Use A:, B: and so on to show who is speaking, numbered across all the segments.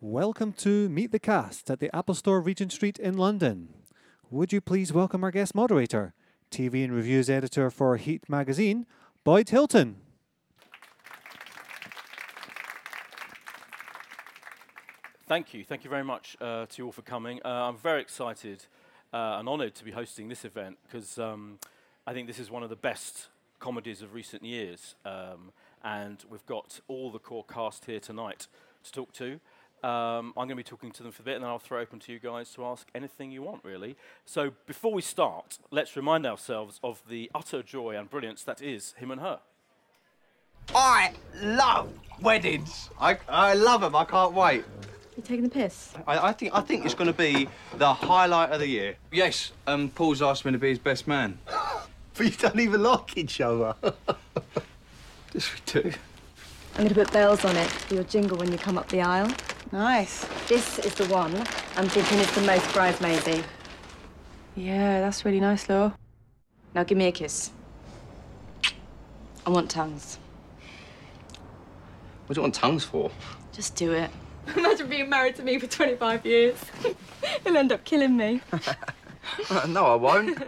A: Welcome to Meet the Cast at the Apple Store, Regent Street in London. Would you please welcome our guest moderator, TV and Reviews editor for Heat magazine, Boyd Hilton?
B: Thank you. Thank you very much uh, to you all for coming. Uh, I'm very excited uh, and honoured to be hosting this event because um, I think this is one of the best comedies of recent years. Um, and we've got all the core cast here tonight to talk to. Um, I'm going to be talking to them for a bit, and then I'll throw it open to you guys to ask anything you want, really. So before we start, let's remind ourselves of the utter joy and brilliance that is him and her.
C: I love weddings. I, I love them. I can't wait.
D: You taking the piss?
C: I, I think I think it's going to be the highlight of the year.
E: Yes, um, Paul's asked me to be his best man.
C: But you don't even like each other.
E: Yes, we do.
D: I'm gonna put bells on it for your jingle when you come up the aisle.
F: Nice.
D: This is the one I'm thinking is the most bridesmaidsy.
F: Yeah, that's really nice, Law.
D: Now give me a kiss. I want tongues.
E: What do you want tongues for?
D: Just do it. Imagine being married to me for 25 years. He'll end up killing me.
E: no, I won't.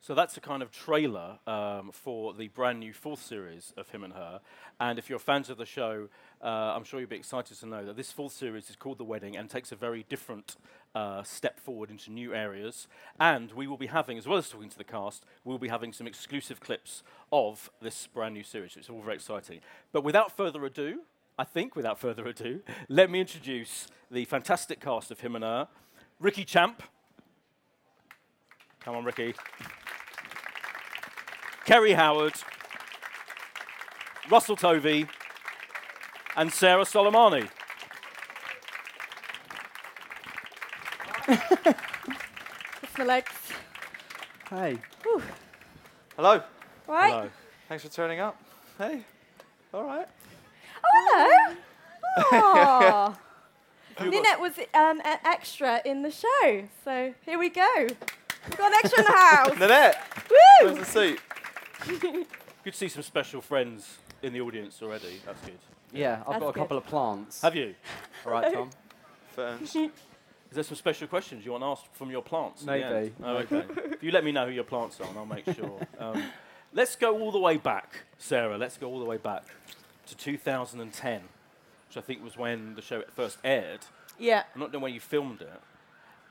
B: So that's a kind of trailer um, for the brand new fourth series of Him and Her. And if you're fans of the show, uh, I'm sure you'll be excited to know that this fourth series is called The Wedding and takes a very different uh, step forward into new areas. And we will be having, as well as talking to the cast, we'll be having some exclusive clips of this brand new series. It's all very exciting. But without further ado, I think without further ado, let me introduce the fantastic cast of Him and Her. Ricky Champ. Come on, Ricky. Kerry Howard, Russell Tovey, and Sarah Soleimani.
G: It's my legs.
C: Hey.
H: Hello.
G: Right?
B: Hello.
H: Thanks for turning up. Hey. All right.
G: Hello. Aw.
B: Who got-
G: Ninette was um, an extra in the show, so here we go. We've got an extra in the house.
H: Nanette, where's
G: Woo!
H: the seat?
B: Good to see some special friends in the audience already. That's good.
I: Yeah, I've got a
G: good.
I: couple of plants.
B: Have you?
I: All right, Tom.
H: Ferns.
B: Is there some special questions you want asked from your plants? at the
I: Maybe.
B: end? Oh, okay. if you let me know who your plants are, and I'll make sure. Um, let's go all the way back, Sarah. Let's go all the way back to 2010, which I think was when the show first aired.
G: Yeah.
B: I'm not knowing when you filmed it,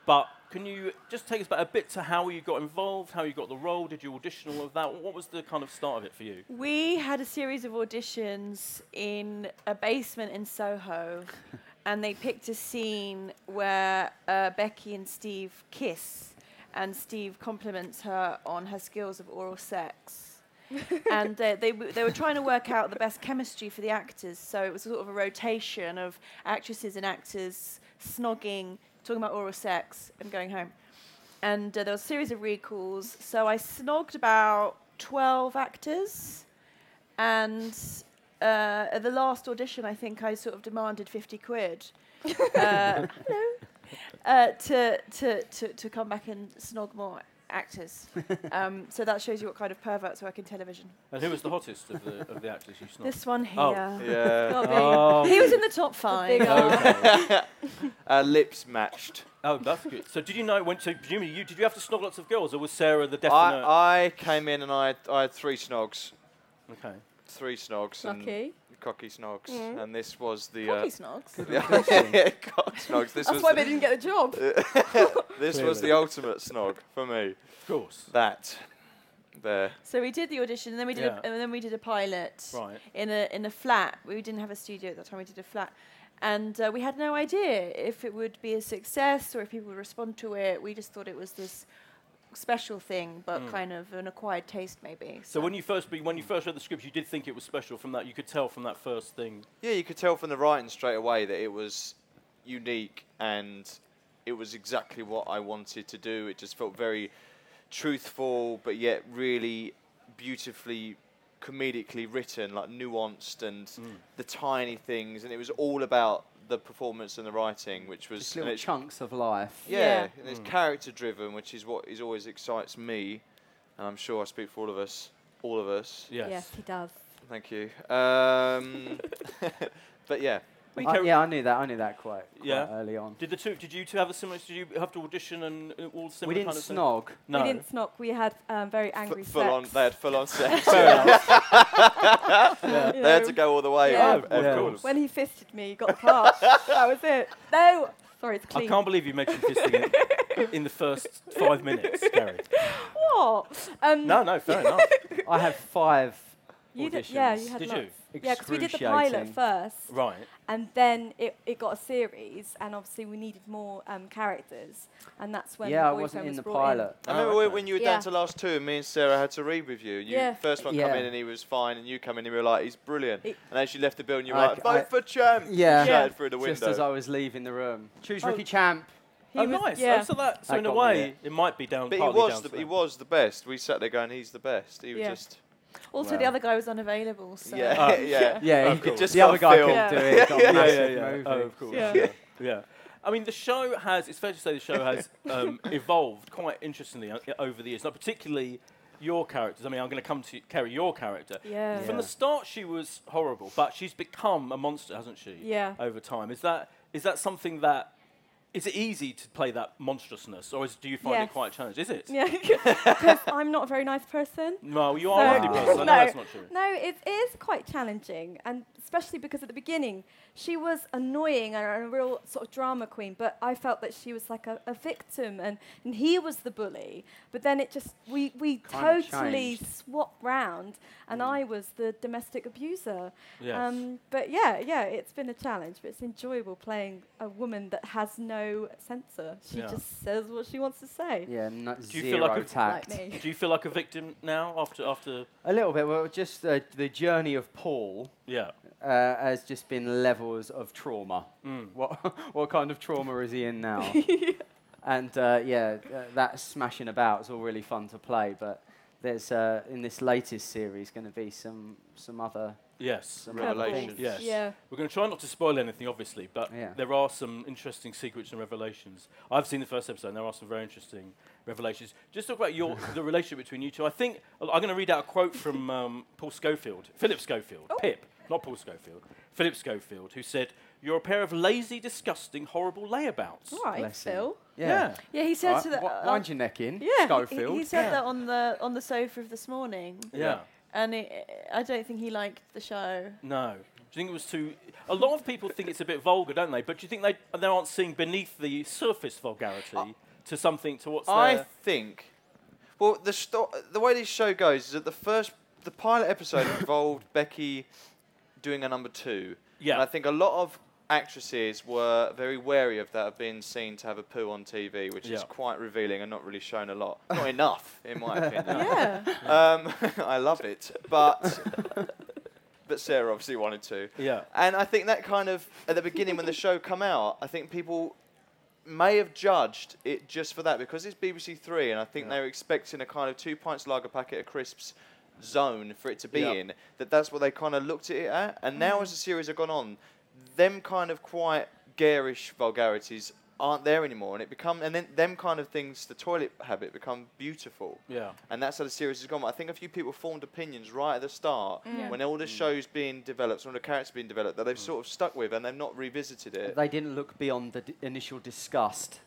B: but can you just take us back a bit to how you got involved, how you got the role? Did you audition all of that? What was the kind of start of it for you?
G: We had a series of auditions in a basement in Soho, and they picked a scene where uh, Becky and Steve kiss, and Steve compliments her on her skills of oral sex. and they, they, w- they were trying to work out the best chemistry for the actors, so it was sort of a rotation of actresses and actors snogging, talking about oral sex, and going home and uh, there was a series of recalls. So I snogged about 12 actors, and uh, at the last audition, I think I sort of demanded 50 quid. uh, hello, uh, to, to, to, to come back and snog more actors. Um, so that shows you what kind of perverts work in television.
B: And who was the hottest of the, of the actors you snogged?
G: This one here.
B: Oh,
H: Yeah.
D: Gotta be.
B: Oh,
G: He was in the top five. Oh,
D: big old-
B: okay.
H: Our Uh, lips matched.
B: oh, that's good. So did you know when? So presumably you did you have to snog lots of girls, or was Sarah the definite?
H: I, I came in and I had, I had three snogs.
B: okay.
H: Three snogs. and-
G: Lucky.
H: Cocky snogs.
G: Mm.
H: And this was the.
G: Cocky
H: Uh,
G: snogs.
H: yeah, cock snogs. This was
G: That's why they didn't get the job.
H: the, this was
A: Clearly.
H: the ultimate snog for me.
B: Of course.
H: That. There.
G: So we did the audition, and then we did,
B: Yeah.
G: a, and then we did a pilot.
B: Right.
G: in a in a flat. We didn't have a studio at that time. We did a flat, and uh, we had no idea if it would be a success or if people would respond to it. We just thought it was this special thing, but kind of an acquired taste, maybe.
B: Mm. So when you first be, when you first read the script, you did think it was special from that. You could tell from that first thing.
H: Yeah, you could tell from the writing straight away that it was unique and it was exactly what I wanted to do. It just felt very truthful, but yet really beautifully comedically written, like nuanced and
I: Hmm.
H: the tiny things. And it was all about the performance and the writing, which was
I: Just
H: and
I: little
H: it's-
I: chunks Hmm. of life.
H: yeah,
G: Yeah.
H: and it's character driven, which is what is always excites me. and I'm sure I speak for all of us. All of us.
B: Yes.
G: he does.
H: Thank you. Um, but yeah,
B: We
I: I,
B: carry-
I: Uh, yeah, I knew that. I knew that quite, quite
B: Yeah.
I: early on.
B: Did the two? Did you two have a similar? Did you have to audition and uh, all similar?
I: we didn't
B: kind of thing?
I: snog.
B: No.
G: We didn't snock. We had um, very
H: f-
G: angry
H: full on.
G: sex.
H: They had full on sex.
G: you
H: They had
G: know.
H: to go all the way.
G: Yeah.
H: with
B: Oh, of
H: everyone.
B: course.
G: When he fisted me, he got the part. that was it. No. Sorry, it's
B: I
G: clean.
B: can't believe you mentioned fisting it in the first five minutes, Gary.
G: What? Um,
B: No, no, fair enough.
I: I had five
G: You
I: auditions.
G: did, yeah, you had
B: Did
G: lots.
B: you?
G: Yeah, because we did the pilot
I: Excruciating.
G: first,
B: Right.
G: and then it, it got a series, and obviously we needed more um, characters, and that's when the
I: yeah, I
G: boyfriend
I: wasn't in
G: was
I: the
G: brought
I: pilot.
H: I remember
B: okay.
H: when- when you were
G: Yeah.
H: down to last two, and me and Sarah had to read with you. You
G: Yeah.
H: first one come
I: Yeah.
H: in and he was fine, and you come in and we were like, he's brilliant.
G: It-
H: and as you left the building, you were
I: I-
H: like, vote
I: I-
H: for champ.
I: Yeah.
H: you shouted through the
I: Just as I
H: window.
I: was leaving the room, choose
B: Oh.
I: Ricky Champ.
G: He
B: oh,
G: was-
B: nice.
G: yeah.
B: Oh, so that, so
I: That
B: in a
I: got me
B: way, it might be down.
H: But he
B: partly
H: was
B: down
H: the
B: to
H: he
B: that.
H: was the best. We sat there going, he's the best. He was
G: Yeah.
H: just
G: Also,
I: Wow.
G: the other guy was unavailable, so
H: yeah,
B: Oh.
H: yeah. Of
I: Yeah, he-
H: course. Just
I: the other
H: got
I: guy
H: filmed.
I: couldn't do it. It got
H: Yeah, yeah,
I: massive
B: yeah.
I: movie.
B: Oh, of course.
G: Yeah.
B: Yeah. yeah. I mean, the show has, it's fair to say the show has um, evolved quite interestingly o- over the years, not particularly your characters. I mean, I'm going to come to carry your character.
G: Yeah.
B: From the
I: Yeah.
B: start, she was horrible, but she's become a monster, hasn't she?
G: Yeah.
B: Over time. Is that is that something that, is it easy to play that monstrousness, or is, do you find
G: Yes.
B: it quite a challenge? Is it?
G: yeah, because I'm not a very nice person.
B: No, you are a lovely
I: No.
B: person. I know that's not true.
G: No, it is quite challenging, and especially because at the beginning she was annoying and a real sort of drama queen, but I felt that she was like a, a victim, and, and he was the bully. But then it just we we
I: Kinda
G: totally
I: changed.
G: swapped round, and I was the domestic abuser. Um,
B: Yes.
G: but yeah, yeah, it's been a challenge, but it's enjoyable playing a woman that has no censor. She
B: Yeah.
G: just says what she wants to say,
I: Yeah, not
B: Do you
I: zero
B: feel like a-
I: tact.
G: like me.
B: Do you feel like a victim now after, after
I: A little bit. Well, just uh, the journey of Paul
B: yeah.
I: uh, has just been levels of trauma.
B: Mm,
I: What what kind of trauma is he in now? and uh, yeah, uh, that smashing about is all really fun to play. But there's uh, in this latest series going to be some some other
B: Yes.
I: some other
H: Revelations.
I: things.
B: Yes.
G: Yeah.
B: We're going to try not to spoil anything, obviously, but
I: Yeah.
B: there are some interesting secrets and revelations. I've seen the first episode, and there are some very interesting revelations. Just talk about your the relationship between you two. I think I'm going to read out a quote from um, Paul Schofield, Philip Schofield, Pip, not Paul Schofield, Philip Schofield, who said, "You're a pair of lazy, disgusting, horrible layabouts."
G: All right,
I: Bless him.
G: Phil.
B: Yeah.
G: Yeah, he said
I: Right,
G: to the. uh,
I: wi- wind your neck in,
G: Yeah, he-
I: Schofield.
G: He, he said that on the on the sofa of this morning,
B: Yeah.
G: and it, I don't think he liked the show.
B: No. Do you think it was too? A lot of people think it's a bit vulgar, don't they? But do you think they they aren't seeing beneath the surface vulgarity to something to what's
H: I
B: there?
H: think. Well, the sto- the way this show goes is that the first the pilot episode involved Becky doing a number two.
B: Yeah.
H: And I think a lot of actresses were very wary of that of being seen to have a poo on TV, which is
B: Yeah.
H: quite revealing and not really shown a lot. Not enough, in my opinion.
G: Yeah,
H: Um, I love it, but but Sarah obviously wanted to.
B: Yeah.
H: And I think that kind of at the beginning when the show come out, I think people may have judged it just for that because it's BBC Three, and I think they were expecting a kind of two pints lager packet of crisps zone for it to be
B: Yeah. Mm.
H: in. That that's what they kind of looked at it at. And now as the series have gone on, them kind of quite garish vulgarities aren't there anymore, and it become and then them kind of things, the toilet habit become beautiful
B: Yeah.
H: and that's how the series has gone. But I think a few people formed opinions right at the start
G: Yeah.
H: when all the
B: Mm.
H: show's being developed, when the characters being developed, that they've sort of stuck with and they've not revisited it.
I: They didn't look beyond the d- initial disgust.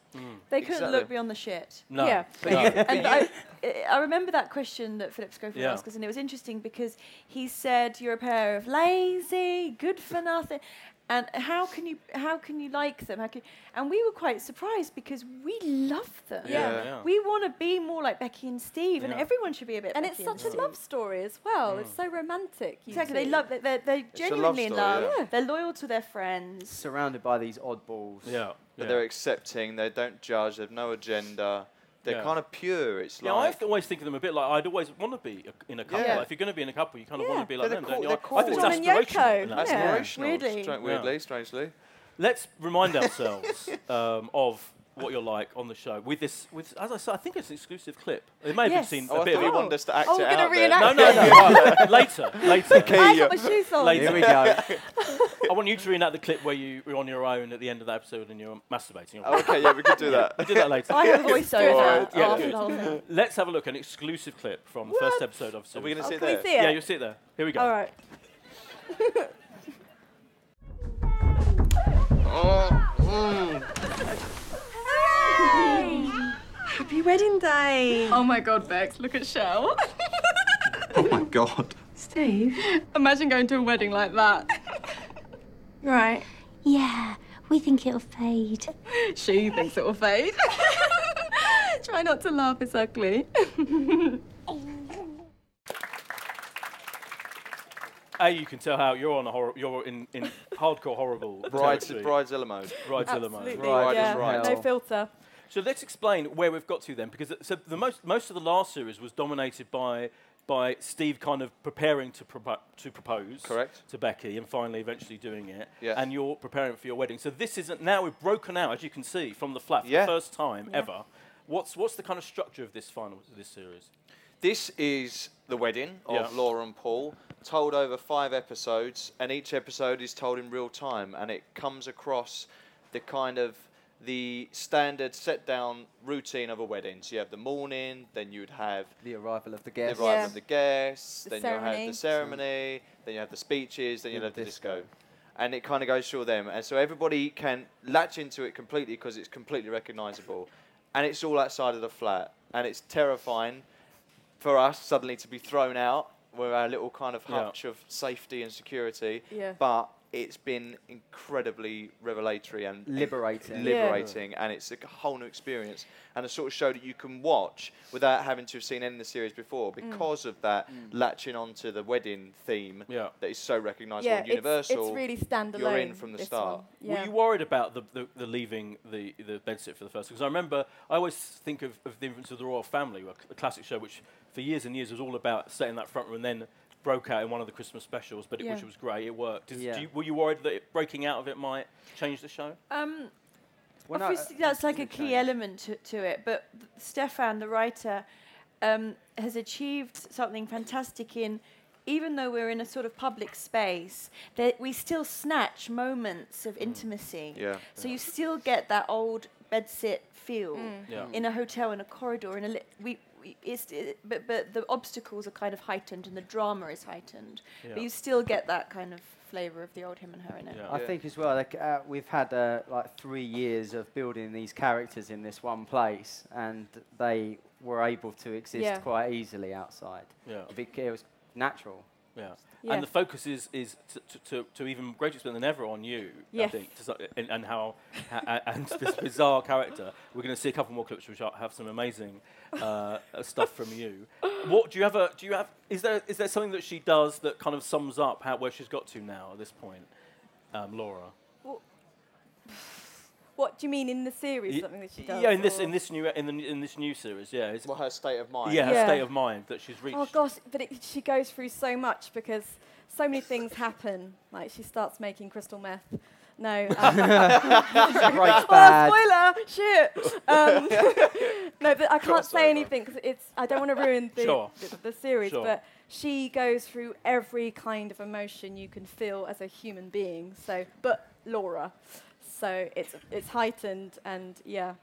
G: they couldn't
H: Exactly.
G: look beyond the shit.
B: Mm. No.
G: Yeah.
B: No.
G: and I, I- I remember that question that Philip Schofield
B: Yeah.
G: asked us, and it was interesting because he said, "You're a pair of lazy, good for nothing." And how can you how can you like them? How can and we were quite surprised because we love them.
B: Yeah. Yeah. Yeah.
G: we want to be more like Becky and Steve, and
B: Yeah. Mm.
G: everyone should be a bit.
F: And
G: Becky
F: it's such
G: Steve.
F: a love story as well. It's so romantic. you
G: Exactly, they
F: two.
G: love. They're, they're, they're
H: a love
G: genuinely in
H: story,
G: love.
H: yeah.
G: They're loyal to their friends.
I: Surrounded by these oddballs.
B: Yeah.
H: But
B: yeah.
H: they're accepting, they don't judge, they've no agenda. They're
B: Yeah.
H: kind of pure. It's
B: Yeah, I
H: like
B: th- always think of them a bit like I'd always want to be a, in a couple.
H: Yeah.
B: If you're going to be in a couple, you kind of
G: Yeah.
B: want to be like
H: They're
B: them,
H: the
B: don't you?
H: cool-
B: I- I think
G: they're
B: it's
G: cool. John
B: aspirational. in
G: and
B: that
G: Yoko.
B: sense.
I: Yeah.
H: aspirational.
G: Weirdly.
H: stra- weirdly, strangely.
B: Let's remind ourselves um, of what you're like on the show with this. With as I said, I think it's an exclusive clip. It may have
G: Yes.
B: been seen
H: Oh,
B: a
H: I
B: bit.
H: thought you
B: of
H: wanted us to act it
G: Oh, we're
H: out. there.
G: gonna reenact
B: no, no, no. later, later.
G: I got my shoes on.
B: Later.
I: Here we go.
B: want you to reenact the clip where you were on your own at the end of that episode and you're masturbating.
H: Oh, okay, yeah, we could do that.
B: we do that later.
F: I have
H: Good.
F: voiceover
H: Yeah,
F: after
B: good.
F: the whole thing.
B: Let's have a look, an exclusive clip from the first episode of
H: Are we
B: Series.
H: going to
F: Oh,
H: sit
F: can we
H: there?
F: see it?
B: Yeah, you'll see it there. Here we go.
F: All right.
H: Oh.
J: Happy wedding day.
D: Oh my god, Bex, look at Shell.
E: Oh my god.
J: Steve.
D: Imagine going to a wedding like that.
J: Right.
G: Yeah, we think it'll fade.
D: She thinks it will fade. Try not to laugh, it's ugly.
B: A, you can tell how you're on a horror, you're in, in hardcore horrible
H: Bride's,
B: territory.
H: bride's Ella mode.
B: Bride's dilemma.
F: Absolutely.
H: Right is
F: yeah.
H: right.
F: No filter.
B: So let's explain where we've got to then, because it- so the most most of the last series was dominated by by Steve kind of preparing to propo- to propose
H: Correct.
B: to Becky and finally eventually doing it.
H: Yeah.
B: And you're preparing for your wedding. So this isn't now we've broken out as you can see from the flat for
H: Yeah.
B: the first time ever. What's what's the kind of structure of this final this series?
H: This is the wedding of
B: Yeah.
H: Laura and Paul, told over five episodes, and each episode is told in real time, and it comes across the kind of the standard set down routine of a wedding. So you have the morning, then you'd have
I: The arrival of
H: the
I: the guests.
H: arrival
F: Yeah.
H: of the guests,
F: The
H: then you have
F: ceremony.
H: the ceremony, then you have the speeches, then you
I: Then
H: have the
I: the
H: disco.
I: disco.
H: And it kind of goes through them. And so everybody can latch into it completely because it's completely recognizable. And it's all outside of the flat. And it's terrifying for us suddenly to be thrown out with our little kind of
B: Yeah.
H: hutch of safety and security.
F: Yeah.
H: But it's been incredibly revelatory and and
I: Liberating.
F: Yeah.
H: liberating, and it's a whole new experience and a sort of show that you can watch without having to have seen any of the series before
F: Mm.
H: because of that latching onto the wedding theme
B: Yeah.
H: that is so recognisable
F: Yeah,
H: and
F: it's,
H: universal.
F: it's really standalone.
H: from the
F: this
H: start.
F: one. Yeah.
B: Were you worried about the, the, the leaving the, the bedsit for the first? Because I remember, I always think of, of The Infants of the Royal Family, a, cl- a classic show which for years and years was all about setting that front room and then broke out in one of the Christmas specials, but it,
F: Yeah.
B: which was great, it worked. Is,
I: Yeah.
B: do you, were you worried that it, breaking out of it might change the show?
F: Um,
I: Well, no,
F: Obviously,
I: uh,
F: that's like a
I: it's
F: key
I: changed.
F: element to, to it. But th- Stefan, the writer, um, has achieved something fantastic in. Even though we're in a sort of public space, that we still snatch moments of intimacy.
H: Mm. Yeah.
F: So you still get that old bedsit feel
B: Yeah.
F: in a hotel, in a corridor, in a li- we. we- It's, it, but but the obstacles are kind of heightened and the drama is heightened,
B: Yeah.
F: but you still get that kind of flavour of the old him and her in it.
B: Yeah.
I: I
H: Yeah.
I: think as well, like, uh, we've had uh, like three years of building these characters in this one place, and they were able to exist
F: Yeah.
I: quite easily outside.
B: Yeah.
I: It bec- It was natural.
B: Yeah.
F: Yeah.
B: And the focus is, is to, to, to, to even greater extent than ever on you, I
F: Yes.
B: think, to, so- and, and how, ha- a- and this bizarre character. We're going to see a couple more clips which are- have some amazing uh, uh, stuff from you. What do you have? A, do you have? Is there is there something that she does that kind of sums up how where she's got to now at this point, um, Laura?
G: What do you mean in the series?
B: Y-
G: Something that she does?
B: yeah, in this
G: or-
B: in this new in, the, in this new series, yeah, it's,
H: Well, her state of mind.
B: yeah, her
G: Yeah.
B: state of mind that she's reached.
G: Oh gosh, but it, she goes through so much because so many things happen. Like she starts making crystal meth. No. Um,
I: Breaks bad.
G: oh, spoiler! Shit. Um, no, but I can't say
H: Crossover.
G: anything because it's. I don't want to ruin the
B: Sure.
G: the, the series.
B: Sure.
G: But she goes through every kind of emotion you can feel as a human being. So, but Laura. So it's it's heightened and yeah.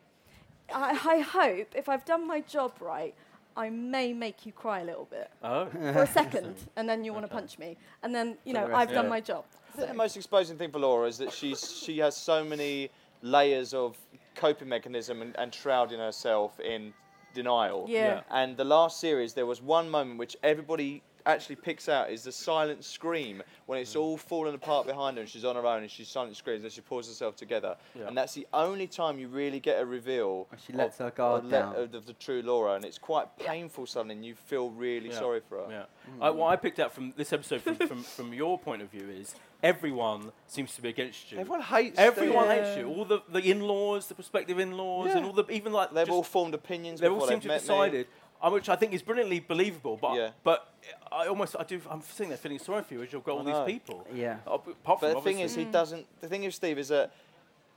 G: I, I hope if I've done my job right, I may make you cry a little bit
B: Oh.
G: for a second, and then you want to
B: Okay.
G: punch me, and then you
I: For
G: know
I: the rest
G: I've
I: of
G: done
B: it.
G: my job.
H: I think the most exposing thing for Laura is that she's she has so many layers of coping mechanism and, and shrouding herself in denial.
G: Yeah.
H: And the last series, there was one moment which everybody actually picks out is the silent scream when it's all falling apart behind her and she's on her own and she silent screams and she pulls herself together.
B: Yeah.
H: And that's the only time you really get a reveal.
I: When she lets
H: of,
I: her guard
H: of
I: down.
H: Of, the true Laura, and it's quite painful. Suddenly, and you feel really
B: Yeah,
H: sorry for her.
B: Yeah. I, what I picked out from this episode, from, from, from your point of view, is everyone seems to be against you.
H: Everyone hates. them.
B: Everyone hates you. All the, the in-laws, the prospective in-laws, and
H: Yeah.
B: all the even like
H: They've
B: just-
H: all formed opinions.
B: they've
H: before
B: all seemed to
H: met me.
B: have decided, uh, which I think is brilliantly believable. But
H: Yeah.
B: but I almost I do I'm sitting there feeling sorry for you as you've got all
H: know.
B: these people.
I: Yeah.
B: Uh, b- apart from
H: But the thing is,
G: Mm.
B: obviously-
H: he doesn't. The thing is, Steve, is that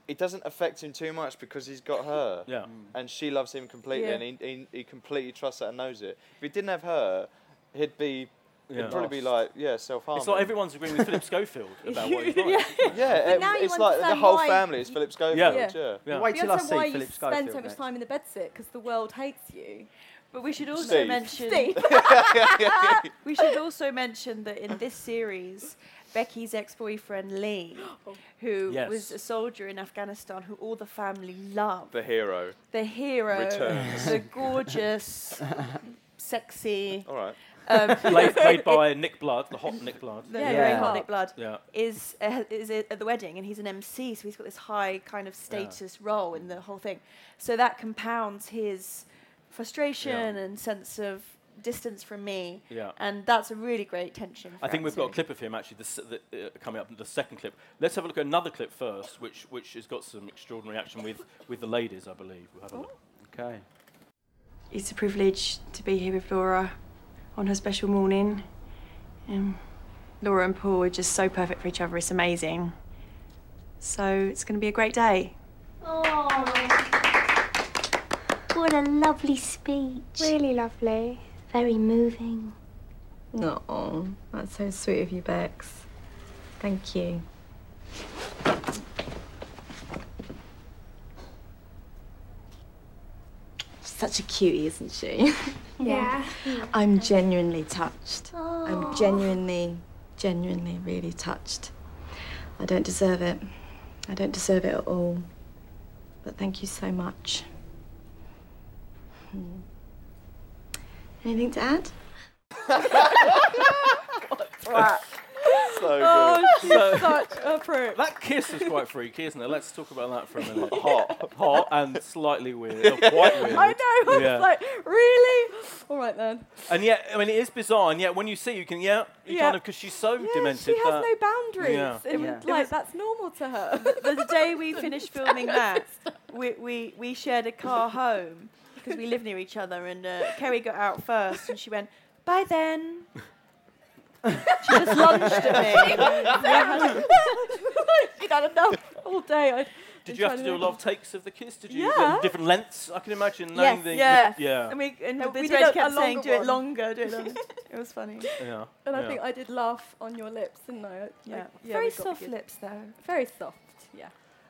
H: it doesn't affect him too much because he's got her.
B: yeah.
H: And she loves him completely,
G: Yeah.
H: and he, he, he completely trusts that and knows it. If he didn't have her, he'd be It'd probably be like, yeah, self harm.
B: It's like everyone's agreeing with Philip Schofield about what he's like.
H: yeah,
G: But now
H: it-
G: you
H: it's like the
G: understand
H: whole
G: why-
H: family is Philip Schofield. Yeah.
I: Wait
G: You
I: till I
G: understand
I: see
G: why
I: Philip
G: you spend
I: Schofield
G: so much
I: next.
G: time in the bedsit because the world hates you.
F: But we should also
H: Steve.
F: mention.
G: Steve.
F: we should also mention that in this series, Becky's ex-boyfriend Lee,
B: Oh.
F: who
H: Yes.
F: was a soldier in Afghanistan, who all the family loved,
H: The hero.
F: the hero,
H: Returns.
F: the gorgeous, sexy.
H: All right.
F: Um,
B: Played, played by Nick Blood, the hot Nick Blood.
F: The very hot Nick Blood
B: Yeah.
F: is uh, is at the wedding, and he's an MC, so he's got this high kind of status role in the whole thing. So that compounds his frustration and sense of distance from me.
B: Yeah.
F: And that's a really great tension.
B: I think
F: throughout
B: we've
F: the
B: got a
F: series.
B: clip of him actually the, s- the, uh, coming up. The second clip. Let's have a look at another clip first, which which has got some extraordinary action with with the ladies, I believe. We'll have a look.
I: Okay.
K: It's a privilege to be here with Laura on her special morning. Um, Laura and Paul are just so perfect for each other, it's amazing. So it's going to be a great day.
L: Oh, what a lovely speech. Really lovely. Very moving.
D: No, that's so sweet of you, Bex. Thank you. Such a cutie, isn't she?
L: Yeah.
D: I'm genuinely touched.
L: Aw.
D: I'm genuinely, genuinely really touched. I don't deserve it. I don't deserve it at all. But thank you so much. Hmm. Anything to add?
H: So
G: Oh,
B: good.
G: she's such a prick.
B: That kiss is quite freaky, isn't it? Let's talk about that for a minute.
H: Hot.
B: hot, and slightly weird. or quite weird.
G: I know. I
B: Yeah.
G: was like, really? All right then.
B: And yet, I mean, it is bizarre. And yet, when you see, you can yeah, you
G: Yeah.
B: kind of because she's so demented.
G: She has
B: that-
G: no boundaries. It
B: Yeah.
G: was like that's normal to her.
F: But the day we finished filming that, we, we, we shared a car home because we live near each other. And uh, Kerry got out first and she went, Bye then. she just lunged at me.
G: I'd had enough all day.
B: Did
G: I'd been
B: you have
G: trying
B: to do a
G: make-
B: lot of takes of the kiss? Did you
G: Yeah. Um,
B: different lengths? I can imagine knowing
F: Yes,
B: the
F: yeah.
B: yeah.
F: And we and
G: No,
F: the
G: we did
F: judge
G: a- a
F: kept saying,
G: longer
F: "Do it
G: one."
F: longer, do it longer." it was funny.
B: yeah.
G: And I
B: yeah.
G: think I did laugh on your lips, didn't I? Like,
F: Yeah.
G: we
F: Very
G: got the
F: soft
G: gist.
F: lips, though.
G: Very soft. Yeah.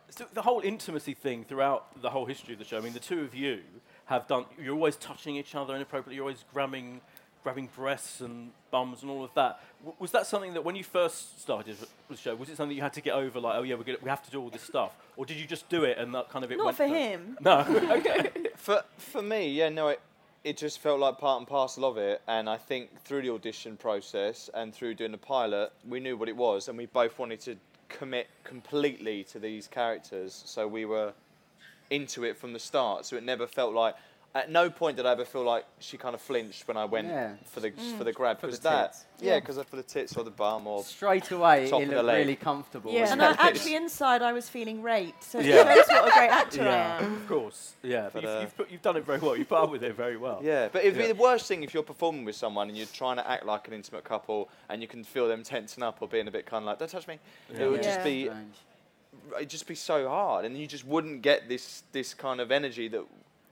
B: So the whole intimacy thing throughout the whole history of the show. I mean, the two of you have done. You're always touching each other inappropriately. You're always grabbing, grabbing breasts and bums and all of that. W- was that something that when you first started the show, was it something you had to get over? Like, oh yeah, we're gonna, we have to do all this stuff, or did you just do it and that kind of it?
F: Not
B: went
F: for
B: through?
F: him.
B: No. okay.
H: for for me, yeah, no, it it just felt like part and parcel of it, and I think through the audition process and through doing the pilot, we knew what it was, and we both wanted to commit completely to these characters, so we were into it from the start. So it never felt like. At no point did I ever feel like she kind of flinched when I went
I: Yeah.
H: for the
I: Mm.
H: for the grab
I: For the
H: because that
I: tits.
H: yeah
I: Yeah.
H: because for the tits or the bum or
I: Straight away,
H: Top
I: he
H: of the
I: looked
H: leg.
I: really comfortable.
H: Yeah.
F: And I, actually, inside, I was feeling raped. So it
B: Yeah.
F: shows what a great actor I
B: yeah,
F: am.
B: of course. Yeah,
H: But,
B: but you've,
H: uh,
B: you've, put, you've done it very well. You've put up with it very well.
H: Yeah, but it'd
B: Yeah.
H: be the worst thing if you're performing with someone and you're trying to act like an intimate couple and you can feel them tensing up or being a bit kind of like, "Don't touch me."
B: Yeah.
H: It would
G: Yeah.
H: just be, it'd just be so hard, and you just wouldn't get this this kind of energy that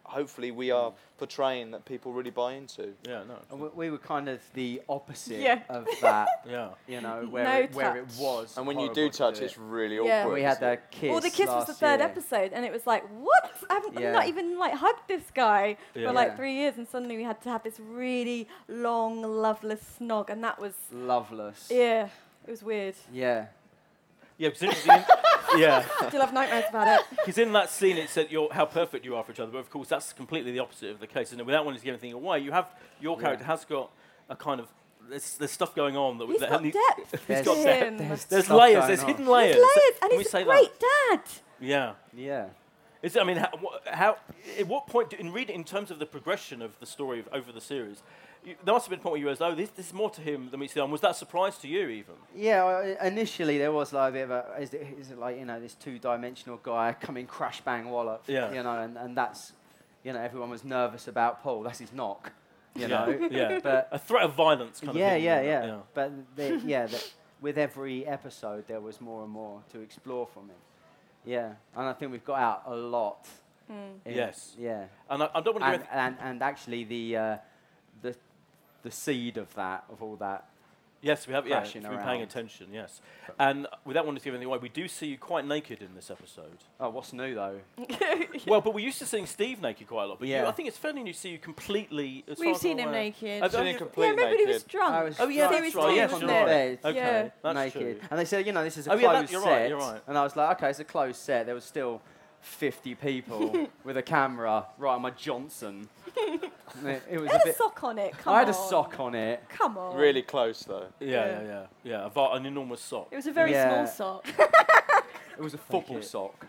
H: hopefully we are portraying that people really buy into.
B: Yeah, no.
I: And we, we were kind of the opposite
G: Yeah.
I: of that.
B: Yeah.
I: You know, where,
G: No
I: it, where it
G: touch.
I: was.
H: And when you
I: horrible
H: do
I: to
H: touch,
I: it.
H: it's really
G: Yeah.
H: awkward.
I: We had
H: isn't it?
I: that kiss.
G: Well, the kiss was
I: last
G: the third
I: year.
G: episode, and it was like, what? I haven't I've not
I: Yeah.
G: even like hugged this guy
I: Yeah.
G: for like
I: Yeah.
G: three years, and suddenly we had to have this really long, loveless snog, and that was,
I: Loveless.
G: yeah, it was weird.
I: Yeah.
B: Yeah, because interesting. in- yeah,
G: Still have nightmares about it.
B: because in that scene it said you're, how perfect you are for each other, but of course that's completely the opposite of the case. And without wanting to give anything away, you have your
I: Yeah.
B: character has got a kind of there's, there's stuff going on that
G: He's
B: that
G: got
B: needs-
G: depth
B: he's
I: There's-
B: got depth.
G: him. There's
B: There's
I: stuff
B: layers.
I: going
B: There's
I: on.
B: hidden
I: There's
B: layers.
G: There's layers,
B: Can
G: and
B: we
G: he's
B: say
G: a
B: that?
G: great dad.
B: Yeah.
I: Yeah.
B: Is it, I mean, how, wha- how, at what point, do, in reading, in terms of the progression of the story of, over the series, you, there must have been a point where you realised, oh, this, this is more to him than meets the eye. And Was that a surprise to you, even?
I: Yeah, well, i- initially there was like a bit of a, is it, is it like, you know, this two-dimensional guy coming crash, bang, wallop,
B: Yeah.
I: you know, and, and that's, you know, everyone was nervous about Paul. That's his knock, you
B: yeah.
I: know.
B: Yeah.
I: But
B: a threat of violence kind
I: yeah,
B: of thing.
I: yeah,
B: wasn't
I: yeah,
B: it?
I: But the, yeah, the, with every episode, there was more and more to explore from him. Yeah, and I think we've got out a lot. in-
B: Yes.
I: Yeah.
B: And I, I don't want to
I: And, and and actually the uh, the the seed of that, of all that.
B: Yes, we have. Yeah,
I: crashing
B: we've been paying
I: around.
B: attention. Yes, and without wanting to give anything away, we do see you quite naked in this episode.
I: Oh, what's new though?
B: Well, but we used to seeing Steve naked quite a lot. But you,
I: Yeah.
B: I think it's fairly new to see you completely. As
F: We've
B: far as I'm
F: seen him
B: aware.
F: naked.
B: I've
F: Seen
B: only-
F: him completely Yeah, remember he was naked. drunk.
I: I was
F: Oh, yeah,
I: drunk.
F: there was Steve,
I: yes,
F: wasn't
I: on the
F: there?
I: bed.
F: Okay, Yeah. that's
I: naked.
B: true.
I: And they said, you know, this is a
B: Oh, yeah, that-
I: closed
B: you're right,
I: set.
B: you're right.
I: And I was like, okay, it's a closed set. There was still 50 people with a camera right on my Johnson. And it, it was
G: Had
I: a
G: a
I: bit.
G: sock on it. Come
I: I had a
G: on.
I: sock on it.
G: Come on.
H: Really close though.
B: Yeah, yeah, yeah, yeah. A va- an enormous sock.
G: It was a very
I: Yeah.
G: small
F: sock.
I: It was a football sock.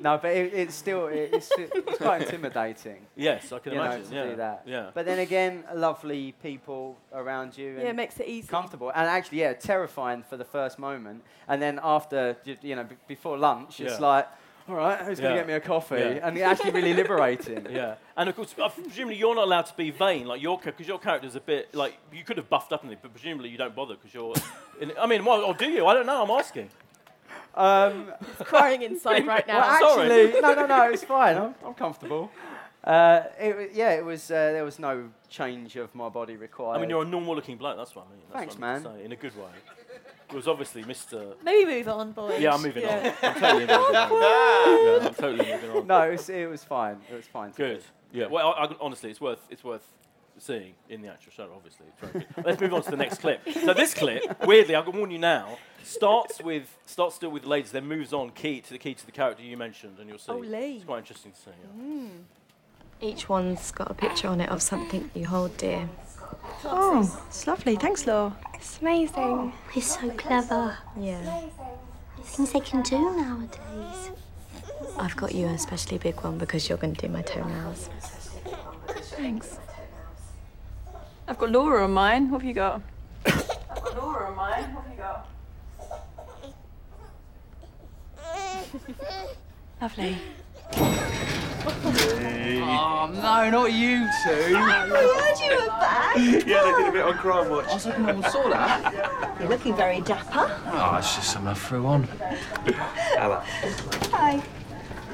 I: no, but it, it's still it, it's, it's quite intimidating.
B: Yes, I can
I: you know,
B: imagine,
I: to
B: yeah,
I: do that.
B: yeah.
I: But then again, lovely people around you. And
G: Yeah, it makes it easy.
I: Comfortable and actually, yeah, terrifying for the first moment, and then after you- you know b- before lunch, it's
B: Yeah.
I: like. All right, who's going
B: Yeah.
I: to get me a coffee?
B: Yeah.
I: And it's actually really liberating.
B: Yeah, and of course, uh, presumably you're not allowed to be vain, like your because your character's a bit like you could have buffed up anything, but presumably you don't bother because you're. In, I mean, well, or do you? I don't know. I'm asking.
I: Um,
G: crying inside right now.
I: Well,
G: Sorry.
I: actually, no, no, no, it's fine. I'm, I'm comfortable. Uh, it, wa- yeah, it was. Uh, there was no change of my body required.
B: I mean, you're a normal-looking bloke. That's what I mean. That's
I: Thanks,
B: what I'm
I: man.
B: saying, in a good way. It was obviously Mr.
F: Maybe move on, boys.
B: Yeah, I'm moving
F: Yeah.
B: on. I'm totally moving on. Yeah, I'm totally moving on.
I: no, it was, it was fine. It was fine.
B: Good. Yeah. Well, I, I, honestly, it's worth it's worth seeing in the actual show. Obviously, It's very good. let's move on to the next clip. So this clip, weirdly, I can warn you now, starts with starts still with the ladies, then moves on key to the key to the character you mentioned, and you'll see.
D: Oh, Lee.
B: It's quite interesting to see. yeah.
D: Each one's got a picture on it of something you hold dear.
L: Oh, it's lovely. Thanks, Laura. It's amazing. We're so clever.
D: Yeah.
L: Things they can do nowadays.
D: I've got you an especially big one because you're going to do my toenails.
L: Thanks.
K: I've got Laura on mine. What have you got?
J: Laura, mine. What have you got?
K: Lovely.
C: Oh, no, not you two.
J: you were back.
E: yeah, they did a bit on Crime Watch.
C: I was hoping no one saw that.
J: You're looking very dapper.
C: Oh, it's just something I threw on. Ella.
J: Hi.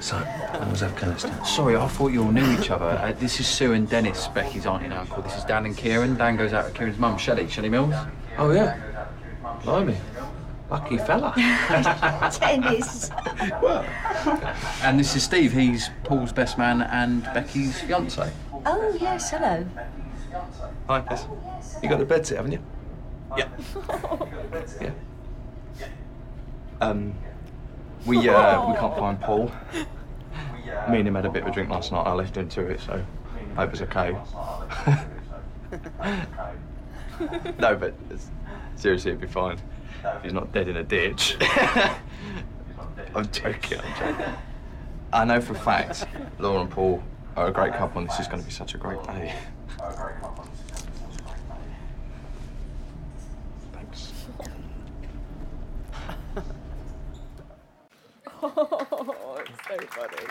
C: So, I was Afghanistan. Sorry, I thought you all knew each other. Uh, this is Sue and Dennis, Becky's auntie and uncle. This is Dan and Kieran. Dan goes out with Kieran's mum, Shelley. Shelley Mills. Oh, yeah. Blimey. Lucky fella.
J: Tennis.
C: well. And this is Steve. He's Paul's best man and Becky's fiance.
J: Oh, yes, hello.
E: Hi, Piss. You got the bed set, haven't you? Yeah. yeah. Um, we uh, we can't find Paul. Me and him had a bit of a drink last night. I left him to it, so hope it's okay. no, but it's- seriously, it'd be fine. If he's not dead in a ditch. I'm joking. I'm joking. I know for a fact, Laura and Paul are a great couple, and this is going to be such a great day. Thanks.
F: Oh, it's so funny.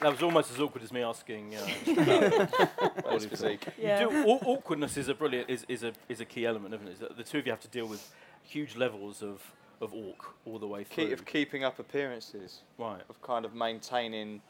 B: That was almost as awkward as me asking. Uh, about body
H: physique.
B: fat.
F: Yeah.
B: You do, aw- awkwardness is a brilliant is, is a is a key element, isn't it? Is that the two of you have to deal with huge levels of of awk all the way through.
H: Key of keeping up appearances.
B: Right.
H: Of kind of maintaining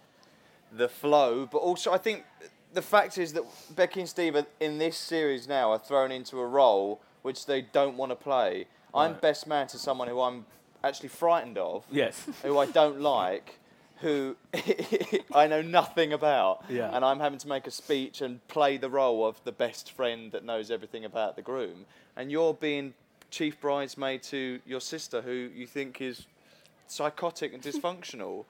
H: the flow, but also I think the fact is that Becky and Steve are, in this series now are thrown into a role which they don't want to play. I'm
B: Right.
H: best man to someone who I'm actually frightened of.
B: Yes.
H: Who I don't like. Who I know nothing about,
B: Yeah.
H: and I'm having to make a speech and play the role of the best friend that knows everything about the groom, and you're being chief bridesmaid to your sister, who you think is psychotic and dysfunctional.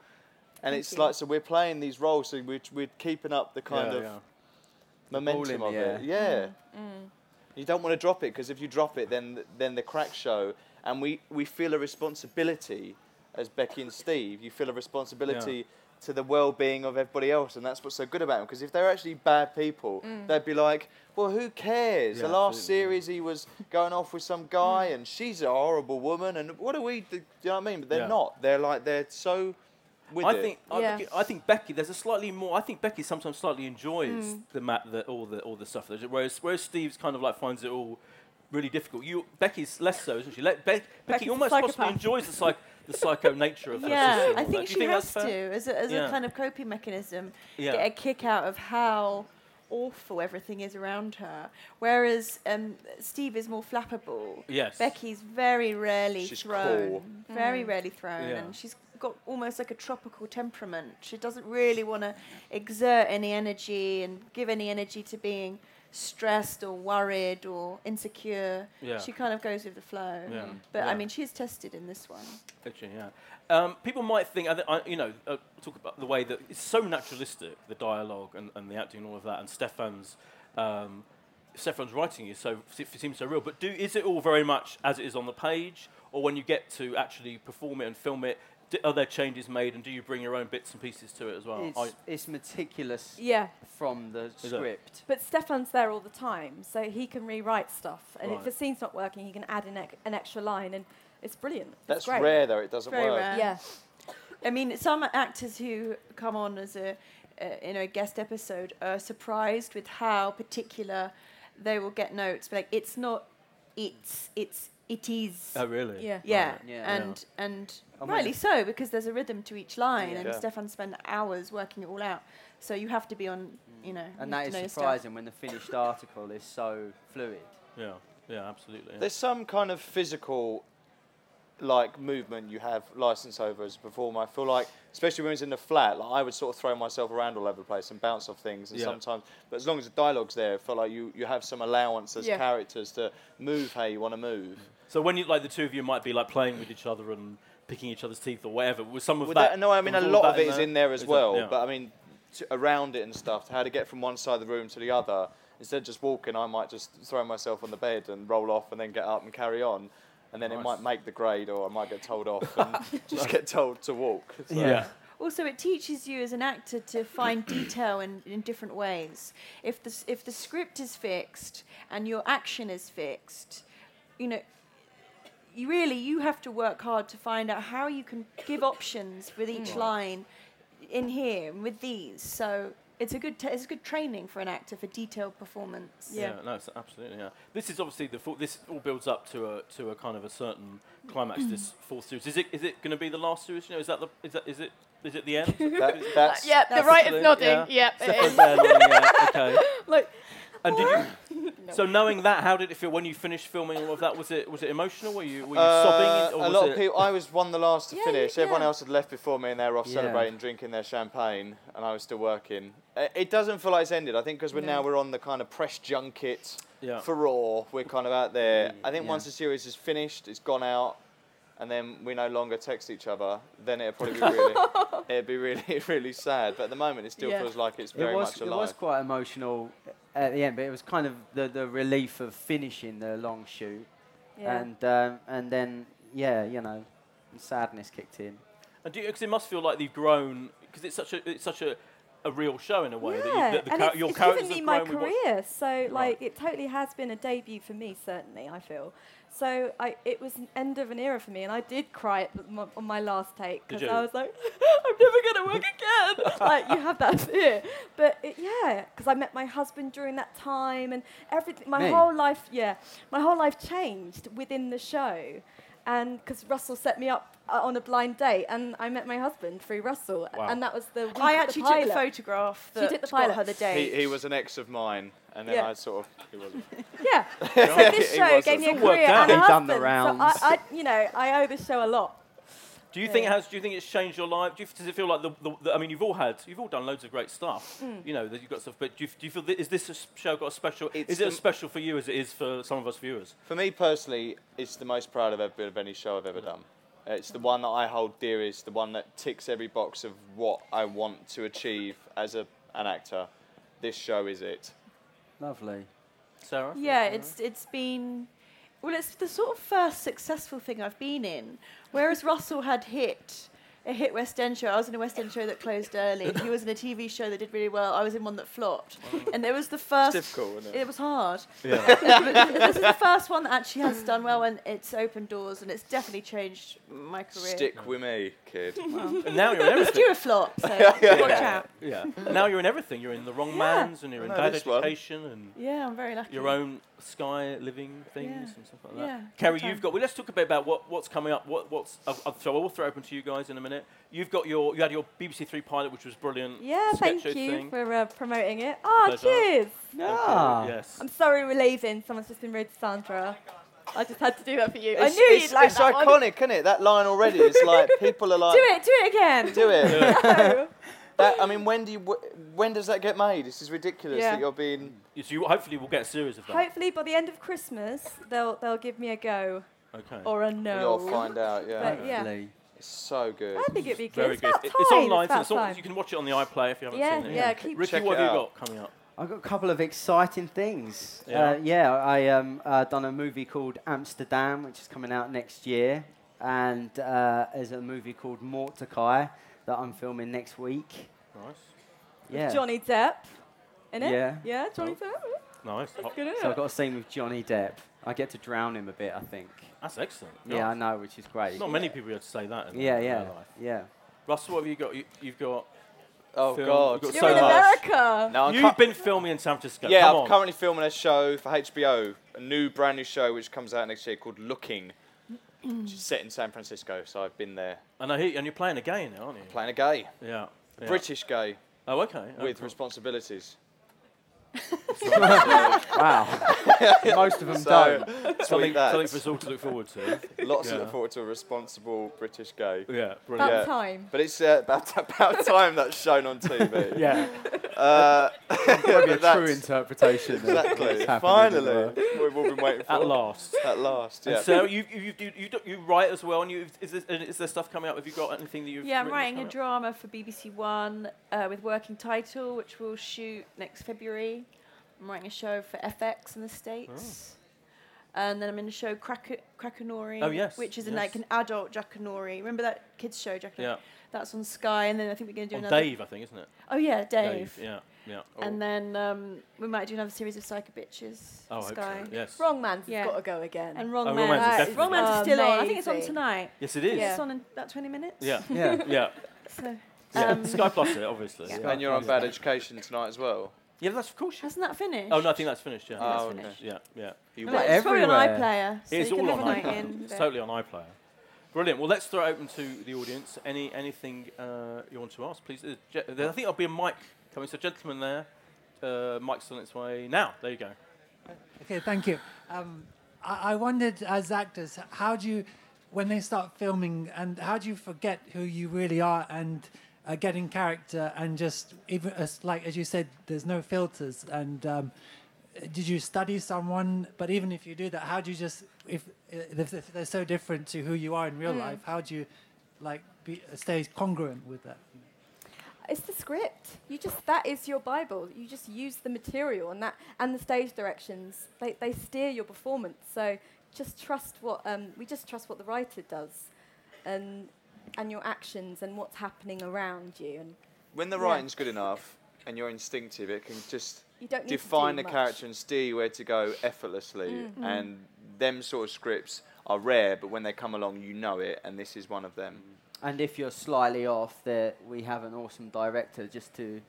H: And
I: Thank
H: it's
I: you.
H: like, so we're playing these roles, so we're, we're keeping up the kind
I: Yeah,
H: of
I: yeah.
H: momentum
I: ball
H: of
I: in the
H: it. Yeah. You don't want to drop it because if you drop it, then th- then the cracks show. And we, we feel a responsibility as Becky and Steve. You feel a responsibility to the well being of everybody else. And that's what's so good about them. Because if they're actually bad people,
B: Mm.
H: they'd be like, well, who cares?
B: Yeah,
H: the last series, he was going off with some guy, and she's a horrible woman. And what are we? do you know what I mean? But they're
B: Yeah.
H: not. They're like, they're so with
B: I
H: it.
B: think I, think- I think Becky. There's a slightly more. I think Becky sometimes slightly enjoys
H: Mm.
B: the mat, the all the all the stuff. that- Whereas whereas Steve's kind of like finds it all really difficult. You Becky's less so, isn't she? Let, Be- Becky's
F: Becky's a
B: almost possibly
F: psychopath.
B: enjoys the psych the psycho nature of her sister
F: Yeah,
B: and
F: I
B: all that.
F: think
B: Do you
F: she
B: think
F: has
B: that's
F: to
B: fair?
F: as, a, as
B: Yeah.
F: a kind of coping mechanism
B: Yeah.
F: get a kick out of how awful everything is around her. Whereas um, Steve is more flappable.
B: Yes.
F: Becky's very rarely
B: She's
F: thrown.
B: cool.
F: Very
B: Mm.
F: rarely thrown.
B: Yeah.
F: And she's got almost like a tropical temperament. She doesn't really want to exert any energy and give any energy to being stressed or worried or insecure.
B: Yeah.
F: She kind of goes with the flow.
B: Yeah.
F: But I
B: Yeah.
F: mean, she is tested in this one.
B: Literally, yeah. Um, people might think, I, thi- I, you know, uh, talk about the way that it's so naturalistic, the dialogue and, and the acting and all of that, and Stefan's, um, Stefan's writing is so se- seems so real. But do is it all very much as it is on the page, or when you get to actually perform it and film it, d are there changes made, and do you bring your own bits and pieces to it as well?
I: It's,
B: Are you-
I: it's meticulous
G: Yeah.
I: from the
B: it?
I: script.
G: But Stefan's there all the time, so he can rewrite stuff. And if
I: Right.
G: a scene's not working, he can add an, ec- an extra line, and it's brilliant. It's
H: That's
G: great.
H: rare, though. It doesn't
F: Very
H: work.
F: rare.
G: Yeah.
F: I mean, some actors who come on as a, uh, you know, a guest episode are surprised with how particular they will get notes. But like, it's not, it's, it's, it is.
B: Oh, really?
F: Yeah.
B: Yeah.
F: Yeah.
B: Right. Yeah.
F: And and
B: And when-
F: rightly so because there's a rhythm to each line,
I: Yeah.
F: and
I: Yeah.
F: Stefan spent hours working it all out. So you have to be on, you know.
I: And
F: you
I: that
F: have
I: is
F: to know your stuff.
I: surprising when the finished article is so fluid.
B: Yeah, yeah, absolutely.
H: There's some kind of physical, like movement you have license over as a performer. I feel like, especially when it's in the flat, like I would sort of throw myself around all over the place and bounce off things. And
B: Yeah.
H: sometimes, but as long as the dialogue's there, I feel like you, you have some allowance as
B: Yeah.
H: characters to move how you want to move.
B: So when you like the two of you might be like playing with each other and picking each other's teeth or whatever, was some of
H: Well,
B: that?
H: that- no, I mean a
B: was all
H: lot
B: that
H: of it is in there as
B: Is that-
H: well.
B: yeah.
H: But I mean, t- around it and stuff, how to get from one side of the room to the other. Instead of just walking, I might just throw myself on the bed and roll off, and then get up and carry on. And then it
B: Nice.
H: might make the grade, or I might get told off and just get told to walk. So-
B: Yeah.
F: Also, it teaches you as an actor to find detail in, in different ways. If the, s- if the script is fixed and your action is fixed, you know, you really you have to work hard to find out how you can give options with each
J: Mm.
I: Hmm.
F: line in here and with these. So it's a good t- it's a good training for an actor for detailed performance.
B: Yeah. no, it's absolutely. Yeah, this is obviously the full, this all builds up to a to a kind of a certain
G: Mm.
B: climax. this fourth series is it is it going to be the last series? You know, is that the is that is it is it the end?
H: That- that's-
M: Yep, the writer's nodding. Yep, it
B: Stefan's
M: is.
B: there nodding, yeah, okay.
M: Like,
B: and did you?
M: No.
B: So knowing that, how did it feel when you finished filming all of that? Was it was it emotional? Were you were you
H: Uh,
B: sobbing? Or
H: a
B: was
H: lot
B: it-
H: of people. I was one of the last to finish. Everyone else had left before me, and they were off
B: Yeah.
H: celebrating, drinking their champagne, and I was still working. I- It doesn't feel like it's ended. I think because we're
B: No.
H: now we're on the kind of press junket
B: Yeah.
H: for Raw. We're kind of out there. I think
B: Yeah.
H: once the series is finished, it's gone out, and then we no longer text each other. Then it'd probably be really, it'd be really, really sad. But at the moment, it still
I: Yeah.
H: feels like it's very
I: it was,
H: much
I: It
H: alive.
I: was quite emotional at the end, but it was kind of the, the relief of finishing the long shoot,
B: Yeah.
I: and um, and then yeah, you know, sadness kicked in.
B: And because it must feel like they've grown, because it's such a it's such a, a real show in a way.
G: Yeah,
B: that you, that the
G: and
B: char-
G: it's,
B: your
G: it's
B: characters
G: given me
B: have
G: my
B: grown with what-
G: career, so like it totally has been a debut for me. Certainly, I feel so. I it was an end of an era for me, and I did cry at the, my, on my last take
M: Did
G: because I
M: you?
G: was like, I'm never gonna work again. like you have that fear, but it, yeah, because I met my husband during that time, and everything. My
M: Me?
G: whole life, yeah, my whole life changed within the show. And because Russell set me up uh, on a blind date, and I met my husband through Russell,
H: Wow.
G: and that was the. Week
F: I
G: of
F: actually took the
G: pilot.
F: photograph
G: She
F: that
G: took the
F: got
G: pilot.
F: her the
H: He, he was an ex of mine, and then
G: Yeah.
H: I sort of. He wasn't.
G: Yeah. So
H: It
G: this show
H: wasn't.
G: gave me a
H: It's all worked
G: career
H: out.
G: and a
H: They've done
G: husband.
H: the rounds.
G: So I, I, you know, I owe the show a lot.
B: Do you think it has? Do you think it's changed your life? Do you, does it feel like the, the, the? I mean, you've all had, you've all done loads of great stuff.
G: Mm.
B: You know that you've got stuff. But do you, do you feel that, is this a s- show got a special?
H: It's
B: is it
H: the-
B: as special for you as it is for some of us viewers?
H: For me personally, it's the most proud I've ever been of any show I've ever done. It's the one that I hold dearest, the one that ticks every box of what I want to achieve as a, an actor. This show is it.
I: Lovely.
B: Sarah.
F: Yeah, it's it's been well, it's the sort of first successful thing I've been in. Whereas Russell had hit a hit West End show. I was in a West End show that closed early. He was in a TV show that did really well. I was in one that flopped, and it was the first.
H: Mm. difficult, isn't it?
F: It was hard.
H: Yeah.
F: But this is the first one that actually has done well, and it's opened doors, and it's definitely changed my career.
H: Stick with me, kid.
F: Well.
B: And now you're in everything.
F: It's due a flop, so watch out.
B: Yeah. now you're in everything. You're in the wrong
F: Yeah.
B: man's, and you're in
H: I know
B: bad
H: this one.
B: education, and
F: Yeah, I'm very lucky.
B: Your own sky living things
F: Yeah.
B: and stuff like
F: Yeah,
B: that.
F: big
B: Kerry,
F: time.
B: uh, you've got. Well, let's talk a bit about what, what's coming up. What, what's? I've, I've, so I will throw open to you guys in a minute. minute. You've got your you had your BBC Three pilot, which was brilliant.
G: Yeah,
B: sketch
G: thank
B: show
G: you
B: thing.
G: for uh, promoting it. Ah,
B: Pleasure.
G: cheers.
B: Thank you, Ah. yes.
G: I'm sorry we're leaving. Someone's just been rude to Sandra.
B: Oh
G: I just had to do that for you.
H: It's,
G: I knew
H: it's,
G: you'd like
H: it's
G: that one.
H: iconic, isn't it? That line already. It's like people are like,
G: Do it, do it again.
H: do it.
G: No.
H: That- I mean, when do you, wh- when does that get made? This is ridiculous
G: Yeah.
H: that you're being.
B: So you, hopefully we'll get a series of that.
G: Hopefully by the end of Christmas, they'll they'll give me a go.
B: Okay.
G: Or a no.
H: You'll find out. Yeah.
G: But yeah.
H: It's so good.
G: I think it'd be good.
B: Very
G: it's
B: good.
G: About
B: It-
G: time.
B: it's online, so
G: about
B: it's all,
G: time.
B: you can watch it on the iPlayer if you haven't
G: Yeah,
B: seen it.
G: yeah, keep-
B: Ricky,
G: Check
B: what
G: it
B: have you
G: out.
B: got coming up?
I: I've got a couple of exciting things.
B: Yeah.
I: Uh, yeah I um, uh, done a movie called Amsterdam, which is coming out next year, and uh, there's a movie called Mortacai that I'm filming next week.
B: Nice.
I: Yeah.
G: Johnny Depp. In it?
I: Yeah.
G: Yeah, Johnny
B: Oh.
G: Depp.
B: Nice.
G: That's good,
I: So
G: innit?
I: I've got a scene with Johnny Depp. I get to drown him a bit, I think.
B: That's excellent.
I: Yeah, I know, which is great.
B: Not many people would say that. In
I: Yeah,
B: their
I: yeah,
B: life.
I: yeah.
B: Russell, what have you got? You, you've got.
H: Oh,
B: film,
H: God.
B: You've got
H: You're
B: so
H: in
B: much.
H: America. No, I'm
B: You've
H: cu-
B: been filming in San Francisco.
H: Yeah,
B: Come
H: I'm
B: on.
H: currently filming a show for HBO, a new brand new show which comes out next year called Looking, which is set in San Francisco. So I've been there.
B: And I hear, and you're playing a gay now, aren't you?
H: Playing a gay.
B: Yeah. yeah.
H: British gay.
B: Oh, okay. Oh,
H: With
B: cool.
H: responsibilities.
I: wow. Most of them
H: so,
I: don't.
H: tweet
B: Something-
H: that.
B: something for us all to look forward to.
H: Lots
B: Yeah.
H: to look forward to. A responsible British gay.
B: Yeah,
G: brilliant. About time.
H: But it's uh, about, about time that's shown on TV.
I: Yeah.
H: Uh,
I: Probably a
H: but that's-
I: true interpretation of what's
H: Exactly.
I: happening in
H: Finally,
I: the world.
H: we've all been waiting for.
B: At last.
H: At last. Yeah.
B: And so you you, you, do- you, do- you write as well, and you is there, is there stuff coming up? Have you got anything that you've
F: Yeah, I'm
B: written that's
F: writing a
B: coming up?
F: drama for BBC One uh, with working title, which we'll shoot next February. I'm writing a show for FX in the States. And then I'm in a show Kraka- Krakenori,
B: Oh, yes,
F: which is an,
B: yes.
F: like an adult Jackanory. Remember that kids show, Jackanory?
B: Yeah.
F: That's on Sky, and then I think we're going to do
B: On
F: another.
B: Oh, Dave, I think, isn't it?
F: Oh yeah, Dave.
B: Yeah, Oh. yeah.
F: And then um, we might do another series of Psycho Bitches.
B: Oh, I
F: on
B: hope so,
F: Sky.
B: yes.
G: Wrong Man's
F: yeah.
G: got to go again.
F: And Wrong
B: Oh, Wrong
F: Man.
B: Man's is definitely
F: Wrong Man's is
G: on.
F: still on. I think it's on
G: Amazing.
F: tonight.
B: Yes, it is.
F: It's on in about 20 minutes.
B: Yeah. Yeah. Yeah.
F: So,
B: Yeah,
F: um,
B: Sky Plus it, obviously. Yeah.
H: And you're on Bad Education tonight as well.
B: Yeah, that's of course.
F: Hasn't that finished?
B: Oh no, I think that's finished. Yeah.
H: Oh, That's okay.
B: Yeah,
H: finished.
B: yeah.
H: You
F: Well, it's probably on iPlayer, so
B: it's
F: you can
B: all
F: have
B: on
F: a night in
B: iPlayer. It's
F: there.
B: totally on iPlayer. Brilliant. Well, let's throw it open to the audience. Any anything uh, you want to ask, please? There's a ge- there- I think there'll be a mic coming. So, gentleman there, uh, mic's on its way now. There you go.
N: Okay, thank you. Um, I, I wondered, as actors, how do you, when they start filming, and how do you forget who you really are and uh, get in character and just even as like as you said, there's no filters. And um, did you study someone? But even if you do that, how do you just if if, if they're so different to who you are in real
G: Mm.
N: life, how do you like be, stay congruent with that?
G: It's the script. You just that is your bible. You just use the material and that and the stage directions. They they steer your performance. So just trust what um, we just trust what the writer does, and and your actions and what's happening around you. And
H: When the
G: Yeah.
H: writing's good enough and you're instinctive, it can just
G: You don't need to
H: define the
G: do much.
H: character and steer you where to go effortlessly.
G: Mm. Mm.
H: And them sort of scripts are rare, but when they come along, you know it, and this is one of them.
G: Mm.
I: And if you're slightly off, there we have an awesome director just to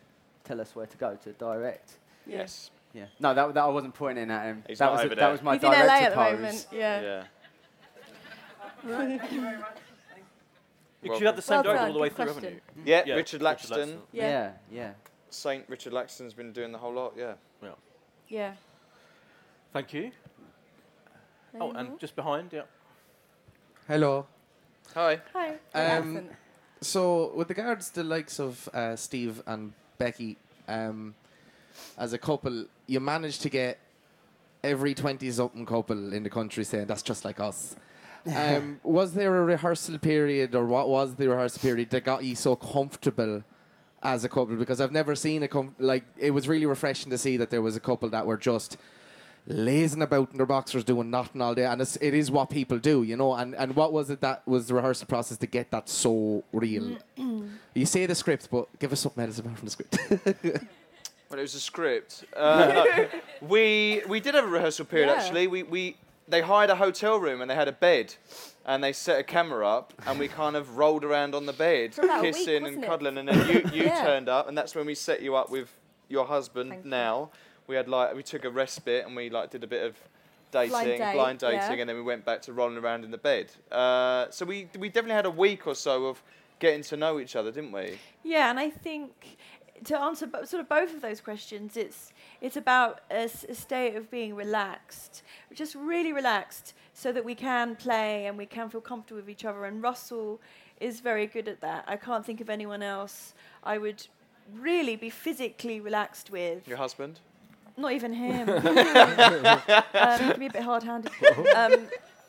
I: tell us where to go to direct.
H: Yeah. Yes.
I: Yeah. No, that, that I wasn't pointing at him.
H: He's
I: that
H: not
I: was
H: over
I: that
H: there.
I: was my
G: He's in LA
I: director
G: at the
I: pose.
G: moment, yeah.
H: Yeah.
B: Because you had the same
G: Well
B: director all
G: done,
B: the way
G: good
B: through,
G: question.
B: haven't you?
H: Mm. Yeah, Richard Laxton.
G: Yeah. Yeah,
I: yeah.
H: Saint Richard Laxton's been doing the whole lot, yeah.
B: Yeah.
G: yeah.
B: Thank you. Oh, and just behind, yeah.
O: Hello.
H: Hi.
G: Hi.
O: Um, so, with regards to the likes of uh, Steve and Becky, um, as a couple, you managed to get every 20 something couple in the country saying, that's just like us. Um, was there a rehearsal period, or what was the rehearsal period that got you so comfortable as a couple? Because I've never seen a couple, like, it was really refreshing to see that there was a couple that were just lazing about in their boxers doing nothing all day and it's, it is what people do you know and, and what was it that was the rehearsal process to get that so real
G: Mm.
O: you say the script but give us something else apart from the script
H: Well, it was a script. Uh, no. we we did have a rehearsal period
O: Yeah.
H: actually. We we they hired a hotel room and they had a bed, and they set a camera up and we kind of rolled around on the bed,
O: For about a week,
H: kissing and
O: wasn't it?
H: cuddling, and then you you
O: Yeah.
H: turned up and that's when we set you up with your husband. now we had like we took a respite and we like did a bit of. Dating,
O: Blind
H: blind,
O: date,
H: dating,
O: yeah.
H: and then we went back to rolling around in the bed. Uh, so we we definitely had a week or so of getting to know each other, didn't we?
F: Yeah, and I think to answer bo- sort of both of those questions, it's it's about a, s- a state of being relaxed, just really relaxed, so that we can play and we can feel comfortable with each other. And Russell is very good at that. I can't think of anyone else I would really be physically relaxed with.
H: Your husband?
F: Not even him. um, he can be a bit hard-handed. Um,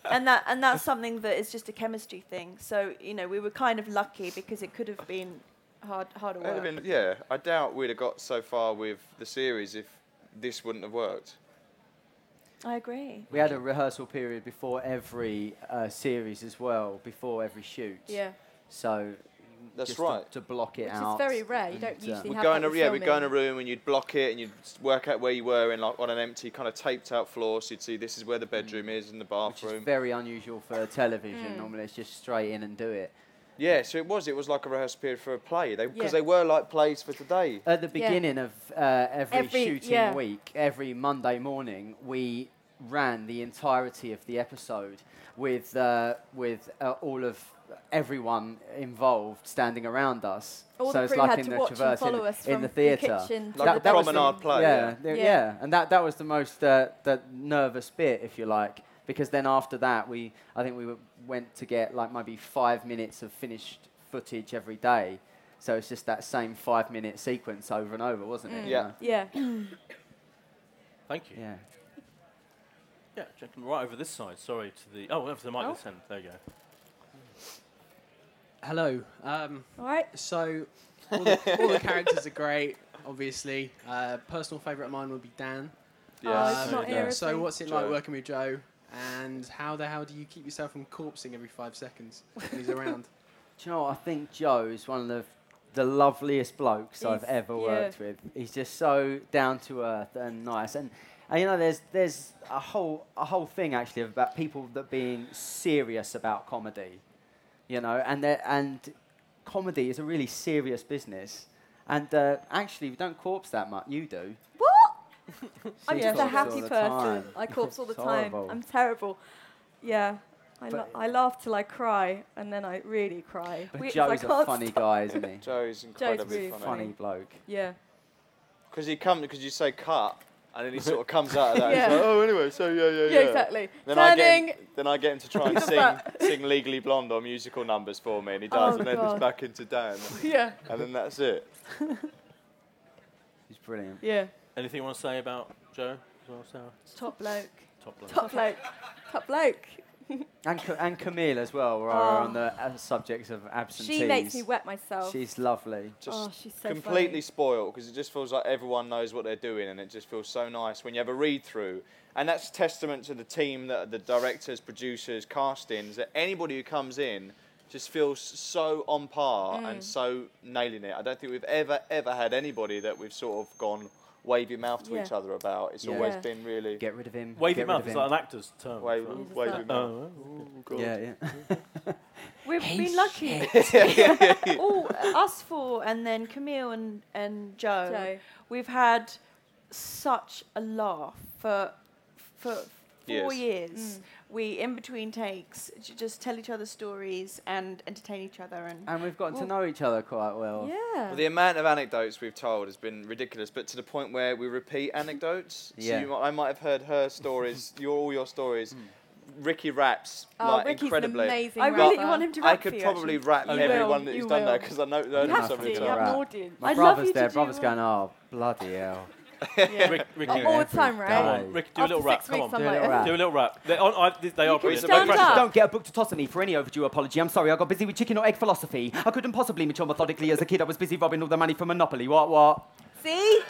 F: and that and that's something that is just a chemistry thing. So you know, we were kind of lucky because it could have been hard harder
H: It'd have
F: work.
H: been- yeah, I doubt we'd have got so far with the series if this wouldn't have worked.
F: I agree.
I: We had a rehearsal period before every uh, series as well, before every shoot.
G: Yeah.
I: So
H: That's
I: just to-
H: right.
I: To, block it
G: Which is
I: out.
G: very rare. You don't
I: and, uh,
G: usually
H: We'd
G: have
H: go
G: that
H: in a
G: with
H: yeah, we'd go in a
G: filming.
H: room and you'd block it and you'd s- work out where you were in like on an empty kind of taped out floor. So you'd see this is where the bedroom is and the bathroom.
I: very unusual for television.
H: Mm.
I: Normally, it's just straight in and do it.
H: yeah, so it was. It was like a rehearsal period for a play. They because
I: Yeah.
H: they were like plays for today.
I: At the beginning of uh, every,
H: Every-
I: shooting
H: yeah.
I: week, every Monday morning, we ran the entirety of the episode with uh, with uh, all of everyone involved standing around us.
G: All
I: so
G: the
I: it's
G: crew
I: like
G: had
I: in
G: to
I: the
G: watch and
I: traverse in-
G: follow us
I: in,
G: from
I: the
G: the
I: theater.
G: kitchen to
I: That-
G: the
I: that was
G: promenade play,
I: Yeah,
G: yeah.
I: the-
G: Yeah.
I: yeah, and that, that was the most uh, the nervous bit, if you like. Because then after that, we I think we were, went to get like maybe five minutes of finished footage every day, so it's just that same five minute sequence over and over, wasn't it?
G: Mm.
I: you
H: Yeah.
I: know?
G: Yeah.
B: Thank you.
I: Yeah.
B: Yeah, gentlemen, right over this side. Sorry to the. Oh, over the mic this end. There you go.
P: Hello. Um,
G: all right.
P: So, all the, all the characters are great, obviously. Uh, personal favourite of mine would be Dan.
H: Yeah, Oh, it's so not Dan. here, is
P: so,
H: he?
P: what's it
H: Joe.
P: like working with Joe? And how the hell do you keep yourself from corpsing every five seconds when he's around?
I: Do you know what? I think Joe is one of the, the loveliest blokes I've
P: He's-
I: ever
P: yeah.
I: worked with. He's just so down to earth and nice. And, and you know, there's there's a whole a whole thing actually about people that being serious about comedy. You know, and they're- and comedy is a really serious business. And uh, actually, we don't corpse that much. You do.
G: I'm just a
I: She corpses all
G: happy
I: the
G: person.
I: time.
G: I corpse all the
I: It's
G: time.
I: horrible.
G: I'm terrible. Yeah. I,
I: But-
G: la- I laugh till I cry, and then I really cry.
I: But
G: We- 'cause I
I: Joe's a
G: can't
I: funny
G: stop.
I: guy, isn't he?
H: Joe's
G: Joe's
H: incredibly
G: really
H: funny.
I: funny bloke.
G: Yeah.
H: Because he comes because you say cut, and then he sort of comes out of that. and he's
G: Yeah.
H: like, oh, anyway, so yeah, yeah, yeah.
G: Yeah, exactly.
H: Then I, get him,
G: Turning.
H: then I get him to try and
G: Look
H: sing,
G: at
H: sing Legally Blonde or musical numbers for me, and he does,
G: Oh,
H: and then
G: God. Oh,
H: it's back into Dan.
G: Yeah.
H: And then that's it.
I: He's brilliant.
G: Yeah.
B: Anything you want to say about Joe? as well, Sarah?
G: Top bloke.
B: Top bloke.
G: Top bloke. Top bloke.
I: And, Ca- and Camille as well, where we're
G: Oh.
I: on the uh, subjects of absentees.
G: She makes me wet myself.
I: She's lovely.
H: Just
G: Oh, she's so
H: completely spoiled because it just feels like everyone knows what they're doing, and it just feels so nice when you have a read through. And that's testament to the team, that the directors, producers, castings, that anybody who comes in just feels so on par
G: Mm.
H: and so nailing it. I don't think we've ever, ever had anybody that we've sort of gone wave your mouth to
G: Yeah.
H: each other about. It's
I: Yeah.
H: always
I: Yeah.
H: been really.
I: Get rid of him.
B: Wave your
I: get rid
B: mouth
I: of
B: is
I: him.
B: like an actor's term.
H: Wave-
B: Right.
H: wave your mouth.
B: Oh, oh,
H: Mm.
B: oh, God.
I: Yeah, yeah.
F: We've
B: Hey,
F: been lucky.
B: shit.
F: All us four, and then Camille and and Joe.
G: Joe.
F: We've had such a laugh for for four
G: Years.
F: years.
G: Mm.
F: We in between takes j- just tell each other stories and entertain each other and.
I: And we've gotten
F: Well-
I: to know each other quite well.
F: Yeah.
H: Well, the amount of anecdotes we've told has been ridiculous, but to the point where we repeat anecdotes.
I: Yeah.
H: So you, mi- I might have heard her stories, your all your stories. Ricky raps
F: Oh,
H: like
F: Ricky's an
H: incredibly.
F: amazing I really rapper. want him to
H: I
F: rap
H: could
F: for you,
H: probably
F: actually.
H: rap
F: You
H: every
F: will,
H: one that
F: you
H: he's done there
F: will.
H: because I know
F: You
H: heard him
F: have
H: so many
F: to,
H: times.
F: you have an audience.
I: My
F: I'd love
I: brother's
F: you to
I: there.
F: do
I: brother's
F: a-
I: going, oh, bloody hell.
B: Rick, Rick,
I: Every
B: All the
G: time,
I: day.
G: right?
B: Come on, Rick, do a
G: After
B: little rap.
G: six
B: Come
G: weeks,
B: on,
G: I'm
B: do a
G: like,
B: little rap.
I: eh?
B: Do a little rap. They're on, I, they, they are brilliant. No
I: Stand
B: pressure.
I: up. Don't get a book to toss at me for any overdue apology. I'm sorry, I got busy with chicken or egg philosophy. I couldn't possibly mature methodically as a kid. I was busy robbing all the money from Monopoly. What, what?
F: See.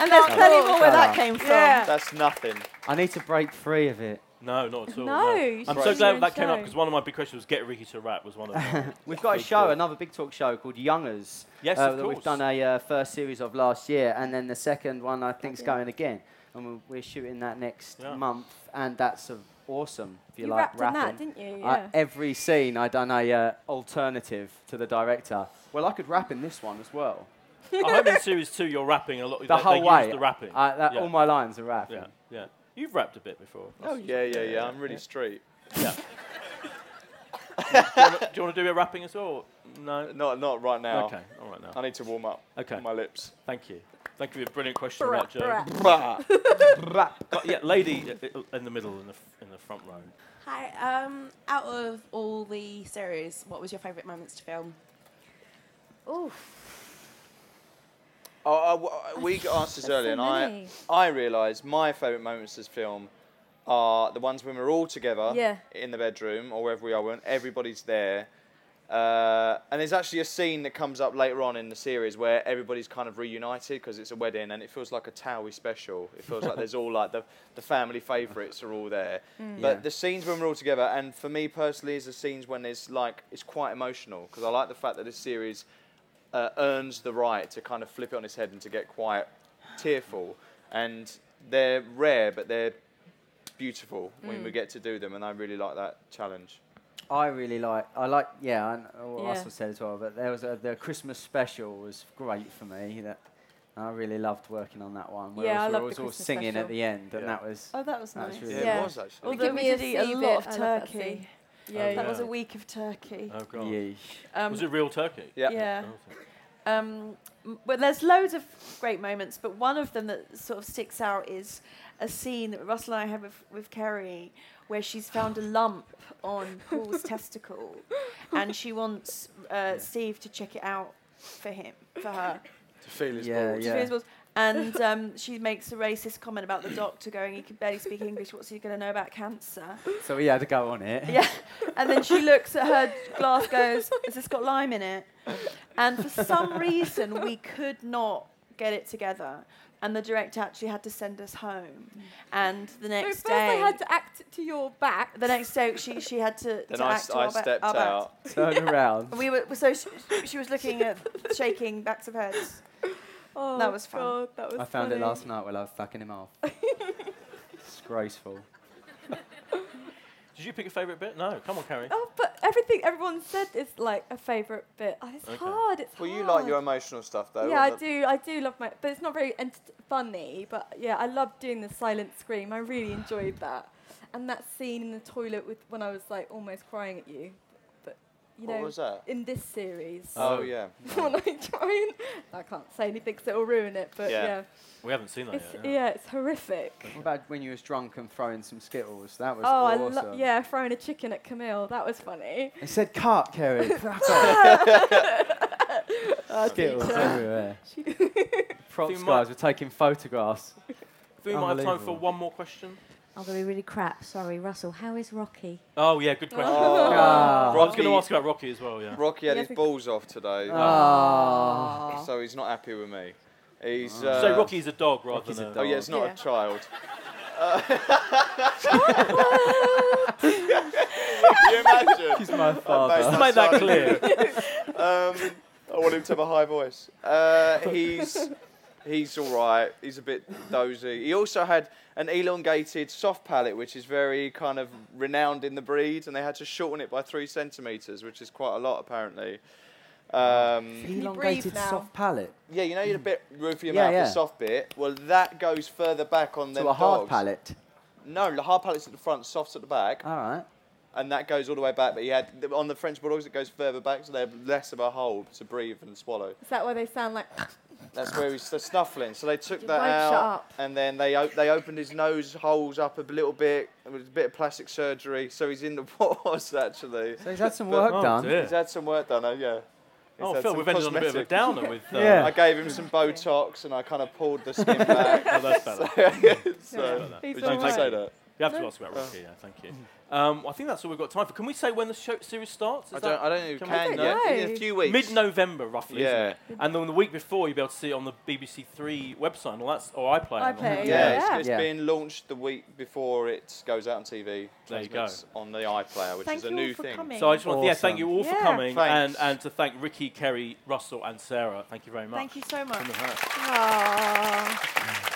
F: And there's plenty more where that came from.
H: That's nothing.
I: I need to break free of it.
B: No, not at all.
F: No, you
B: I'm so
F: should do your
B: glad
F: own
B: that came up
F: show.
B: because one of my big questions was get Ricky to rap was one of them.
I: We've got a
B: Big
I: show,
B: deal.
I: another big talk show called Youngers.
B: Yes,
I: uh,
B: of
I: that
B: course.
I: We've done a uh, first series of last year, and then the second one I think's
G: Bloody hell.
I: going again, and we're, we're shooting that next
G: Yeah.
I: month, and that's a, awesome. If you,
G: You
I: like
G: rapped on
I: rapping,
G: that, didn't you?
I: I-
G: Yeah.
I: every scene I done a uh, alternative to the director. Well, I could rap in this one as well.
B: I hope in series two you're rapping a lot.
I: The
B: they,
I: whole
B: they use
I: way.
B: the rapping.
I: I- that-
B: yeah.
I: All my lines are rapping.
B: yeah, yeah. You've rapped a bit before.
H: Oh yeah, yeah, yeah. I'm really
B: Yeah.
H: straight.
B: do, you wanna, do you want to do a rapping as well? or No.
H: Not not right now.
B: Okay, all right now.
H: I need to warm up.
B: Okay.
H: My lips.
B: Thank you. Thank you for your brilliant question,
H: Bra-
B: about Joe.
H: bra.
B: Got- yeah, lady i- i- in the middle in the f- in the front row.
Q: Hi. Um, out of all the series, what was your favourite moments to film?
G: Oof.
H: Oh, uh, w- uh, we got asked this
G: There's so
H: earlier, and
G: many.
H: I I realised my favourite moments as film are the ones when we're all together
G: Yeah.
H: in the bedroom or wherever we are when everybody's there. Uh, and there's actually a scene that comes up later on in the series where everybody's kind of reunited because it's a wedding and it feels like a Towie special. It feels like there's all like the, the family favourites are all there.
R: Mm.
H: But
R: Yeah.
H: the scenes when we're all together, and for me personally, is the scenes when there's like it's quite emotional because I like the fact that this series uh, earns the right to kind of flip it on his head and to get quite tearful. And they're rare, but they're beautiful when we
I: Mm.
H: get to do them, and I really like that challenge.
I: I really like. I like. Yeah, and uh, what
H: Yeah.
I: Russell said as well. But there was a, the Christmas special was great for me. That I really loved working on that one. Where
G: Yeah, I
I: we
G: loved
I: were
G: the
I: all
G: Christmas
I: singing
G: special.
I: at the end, and that was.
F: Oh, that was nice.
I: really
F: Yeah, it
I: good.
F: was actually. Although we did eat a
G: sea
F: lot
G: bit.
F: of
G: I love that
F: turkey.
G: scene.
F: Yeah,
I: Oh,
F: that was a
I: yeah.
F: week of turkey.
B: Oh god.
I: Yeesh.
B: was it real turkey? Oh,
F: Yeah. Um, m- but there's loads of great moments, but one of them that sort of sticks out is a scene that Russell and I had with, with Kerry where she's found a lump on Paul's testicle and she wants uh, Steve to check it out for him, for her.
H: To feel his
I: Yeah,
F: She
I: yeah.
F: feels balls. And um, she makes a racist comment about the doctor going, he can barely speak English, what's he going to know about cancer?
I: So we had to go on it.
F: Yeah. And then she looks at her glass, goes, Has this got lime in it? And for some reason, we could not get it together. And the director actually had to send us home. And the next
G: first
F: day.
G: I had to act to your back.
F: The next day, she, she had to.
H: Then
F: to
H: I,
F: act
H: s-
F: to
H: I
F: our ba-
H: stepped
F: our backs.
H: out.
I: Turn around.
F: And we were so she, she was looking at shaking backs of heads.
G: Oh,
F: that was fun.
G: God, that was
I: I found it
G: funny.
I: last night while I was fucking him off. Disgraceful.
B: Did you pick a favourite bit? No. Come on, Carrie.
G: Oh, but everything everyone said is like a favourite bit. Oh, it's
B: Okay.
G: hard. It's
H: Well,
G: hard.
H: you like your emotional stuff though.
G: yeah, I
H: on the-
G: do. I do love my, but it's not very ent- funny. But yeah, I love doing the silent scream. I really enjoyed that, and that scene in the toilet with when I was like almost crying at you. But you
H: What
G: know,
H: was that?
G: in this series.
H: Oh, yeah.
G: when I try and I can't say anything, so it'll ruin it. But yeah,
I: Yeah.
B: We haven't seen that
G: it's,
B: yet.
G: yeah. it's horrific.
I: What about when you was drunk and throwing some skittles? That was
G: Oh,
I: awesome.
G: I lo- yeah, throwing a chicken at Camille. That was funny.
I: It said cart, Kerry. Fuck
G: Our
I: off. Skittles
G: teacher.
I: everywhere. Props
B: Think we
I: guys were taking photographs.
B: we might have time for
I: Unbelievable.
B: one more question.
S: I'm going to be really crap. Sorry, Russell. How is Rocky?
B: Oh yeah, good question.
H: Oh. Ah.
B: I was going to
H: Rocky-
B: ask about Rocky as well. Yeah.
H: Rocky had
B: Yeah, I
H: his
B: think-
H: balls off today.
F: Oh.
B: Ah.
H: So he's not happy with me. He's.
F: Oh.
B: So
H: Uh,
B: Rocky's a dog rather
H: Rocky's
B: than
H: a
B: a-
H: Oh, yeah, it's not
B: Yeah.
H: a child. you imagine?
I: He's my
H: I
I: father.
H: based
I: Make that
H: outside
I: clear.
H: of you. um, I want him to have a high voice. Uh, he's he's all right. He's a bit dozy. He also had an elongated soft palate, which is very kind of renowned in the breed, and they had to shorten it by three centimeters, which is quite a lot apparently. Um,
I: Elongated soft palate.
H: yeah, you know you're a bit roof of your
I: Yeah,
H: mouth,
I: yeah.
H: the soft bit. Well, that goes further back on them
I: To a hard
H: dogs.
I: palate.
H: No, the hard palate's at the front, soft's at the back.
I: All right.
H: And that goes all the way back. But he had the- on the French bulldogs, it goes further back, so they have less of a hold to breathe and swallow.
G: Is that why they sound like?
H: That's where he's the snuffling. So they took
G: You
H: that
G: won't
H: out,
G: shut up.
H: and then they o- they opened his nose holes up a little bit. It was a bit of plastic surgery, so he's in the wars actually. So
I: he's had some work Oh, done. dear.
H: He's had some work done. Oh yeah. He's
B: Oh,
H: had
B: Phil,
H: some
B: we've ended on a bit of a
H: cosmetic-
B: downer with, uh,
I: Yeah.
H: I gave him some Botox, and I kind of pulled the skin back.
B: Oh, that's better.
H: so,
B: Yeah.
H: Would you say that?
B: You have to ask about Rocky, yeah, thank you. Um, I think that's all we've got time for. Can we say when the show series starts?
H: I don't- I don't know if
B: Can
H: we can
B: we-
H: yet. In a few weeks.
B: Mid-November, roughly.
H: Yeah.
B: Isn't it? And then the week before, you'll be able to see it on the BBC Three website and all that's oh, or iPlayer. and all that.
H: Yeah, it's, it's been launched the week before it goes out on TV.
B: There you go.
H: transmits On the iPlayer, which
B: Thank
H: is a
B: you all
H: new
B: for
H: thing.
B: coming. So I just want to yeah, thank you all for
H: Yeah.
B: coming and,
H: Thanks.
B: and to thank Ricky, Kerry, Russell, and Sarah. Thank you very much.
F: Thank you so much.
B: From the heart.
F: Aw.